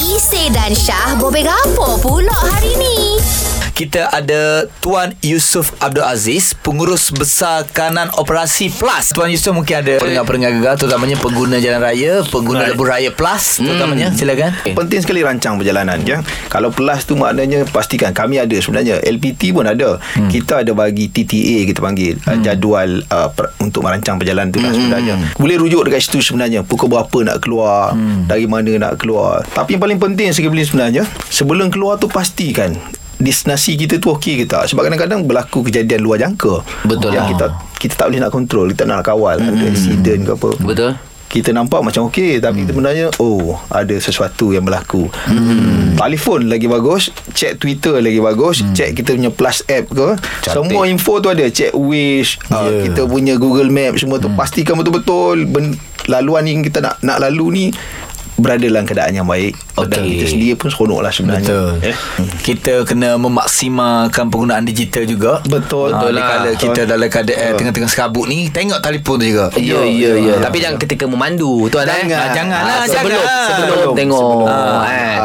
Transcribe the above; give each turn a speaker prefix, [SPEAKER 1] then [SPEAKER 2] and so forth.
[SPEAKER 1] Isi dan Syah bobek apa pula hari ni?
[SPEAKER 2] Kita ada Tuan Yusuf Abdul Aziz Pengurus Besar Kanan Operasi Plus Tuan Yusuf mungkin ada pendengar-pendengar gegar Terutamanya pengguna jalan raya Pengguna lebuh raya Plus Terutamanya Silakan
[SPEAKER 3] Penting sekali rancang perjalanan ya. Kalau PLUS tu maknanya pastikan kami ada sebenarnya LPT pun ada. Hmm. Kita ada bagi TTA kita panggil hmm. jadual uh, per, untuk merancang perjalanan tu lah sebenarnya. Boleh rujuk dekat situ sebenarnya pukul berapa nak keluar, hmm. dari mana nak keluar. Tapi yang paling penting sekali sebenarnya sebelum keluar tu pastikan destinasi kita tu okey ke tak sebab kadang-kadang berlaku kejadian luar jangka
[SPEAKER 4] Betul.
[SPEAKER 3] yang
[SPEAKER 4] Ah.
[SPEAKER 3] kita kita tak boleh nak kontrol kita nak kawal lah. hmm. ada accident ke apa
[SPEAKER 4] Betul
[SPEAKER 3] kita nampak macam okey tapi hmm. sebenarnya oh ada sesuatu yang berlaku. Hmm. Telefon lagi bagus, check Twitter lagi bagus, hmm. check kita punya Plus app ke. Cantik. Semua info tu ada, check Waze, yeah. uh, kita punya Google Map semua tu hmm. pastikan betul-betul ben, laluan yang kita nak nak lalu ni berada dalam keadaan yang baik dan
[SPEAKER 4] Okey.
[SPEAKER 3] kita sendiri pun seronok lah sebenarnya eh?
[SPEAKER 2] Kita kena memaksimalkan penggunaan digital juga
[SPEAKER 3] Betul.
[SPEAKER 2] ha, Betul
[SPEAKER 3] Betul lah.
[SPEAKER 2] lah Kita
[SPEAKER 3] Betul.
[SPEAKER 2] dalam keadaan tengah-tengah skabut ni Tengok telefon tu juga
[SPEAKER 4] Ya, ya,
[SPEAKER 3] Ah.
[SPEAKER 4] ya. Tapi jangan ketika memandu tu ada.
[SPEAKER 3] Jangan.
[SPEAKER 2] Ah, janganlah,
[SPEAKER 4] sebelum,
[SPEAKER 2] jangan.
[SPEAKER 4] sebelum,
[SPEAKER 3] Sebelum,
[SPEAKER 4] tengok.
[SPEAKER 3] sebelum.
[SPEAKER 4] Ah, eh.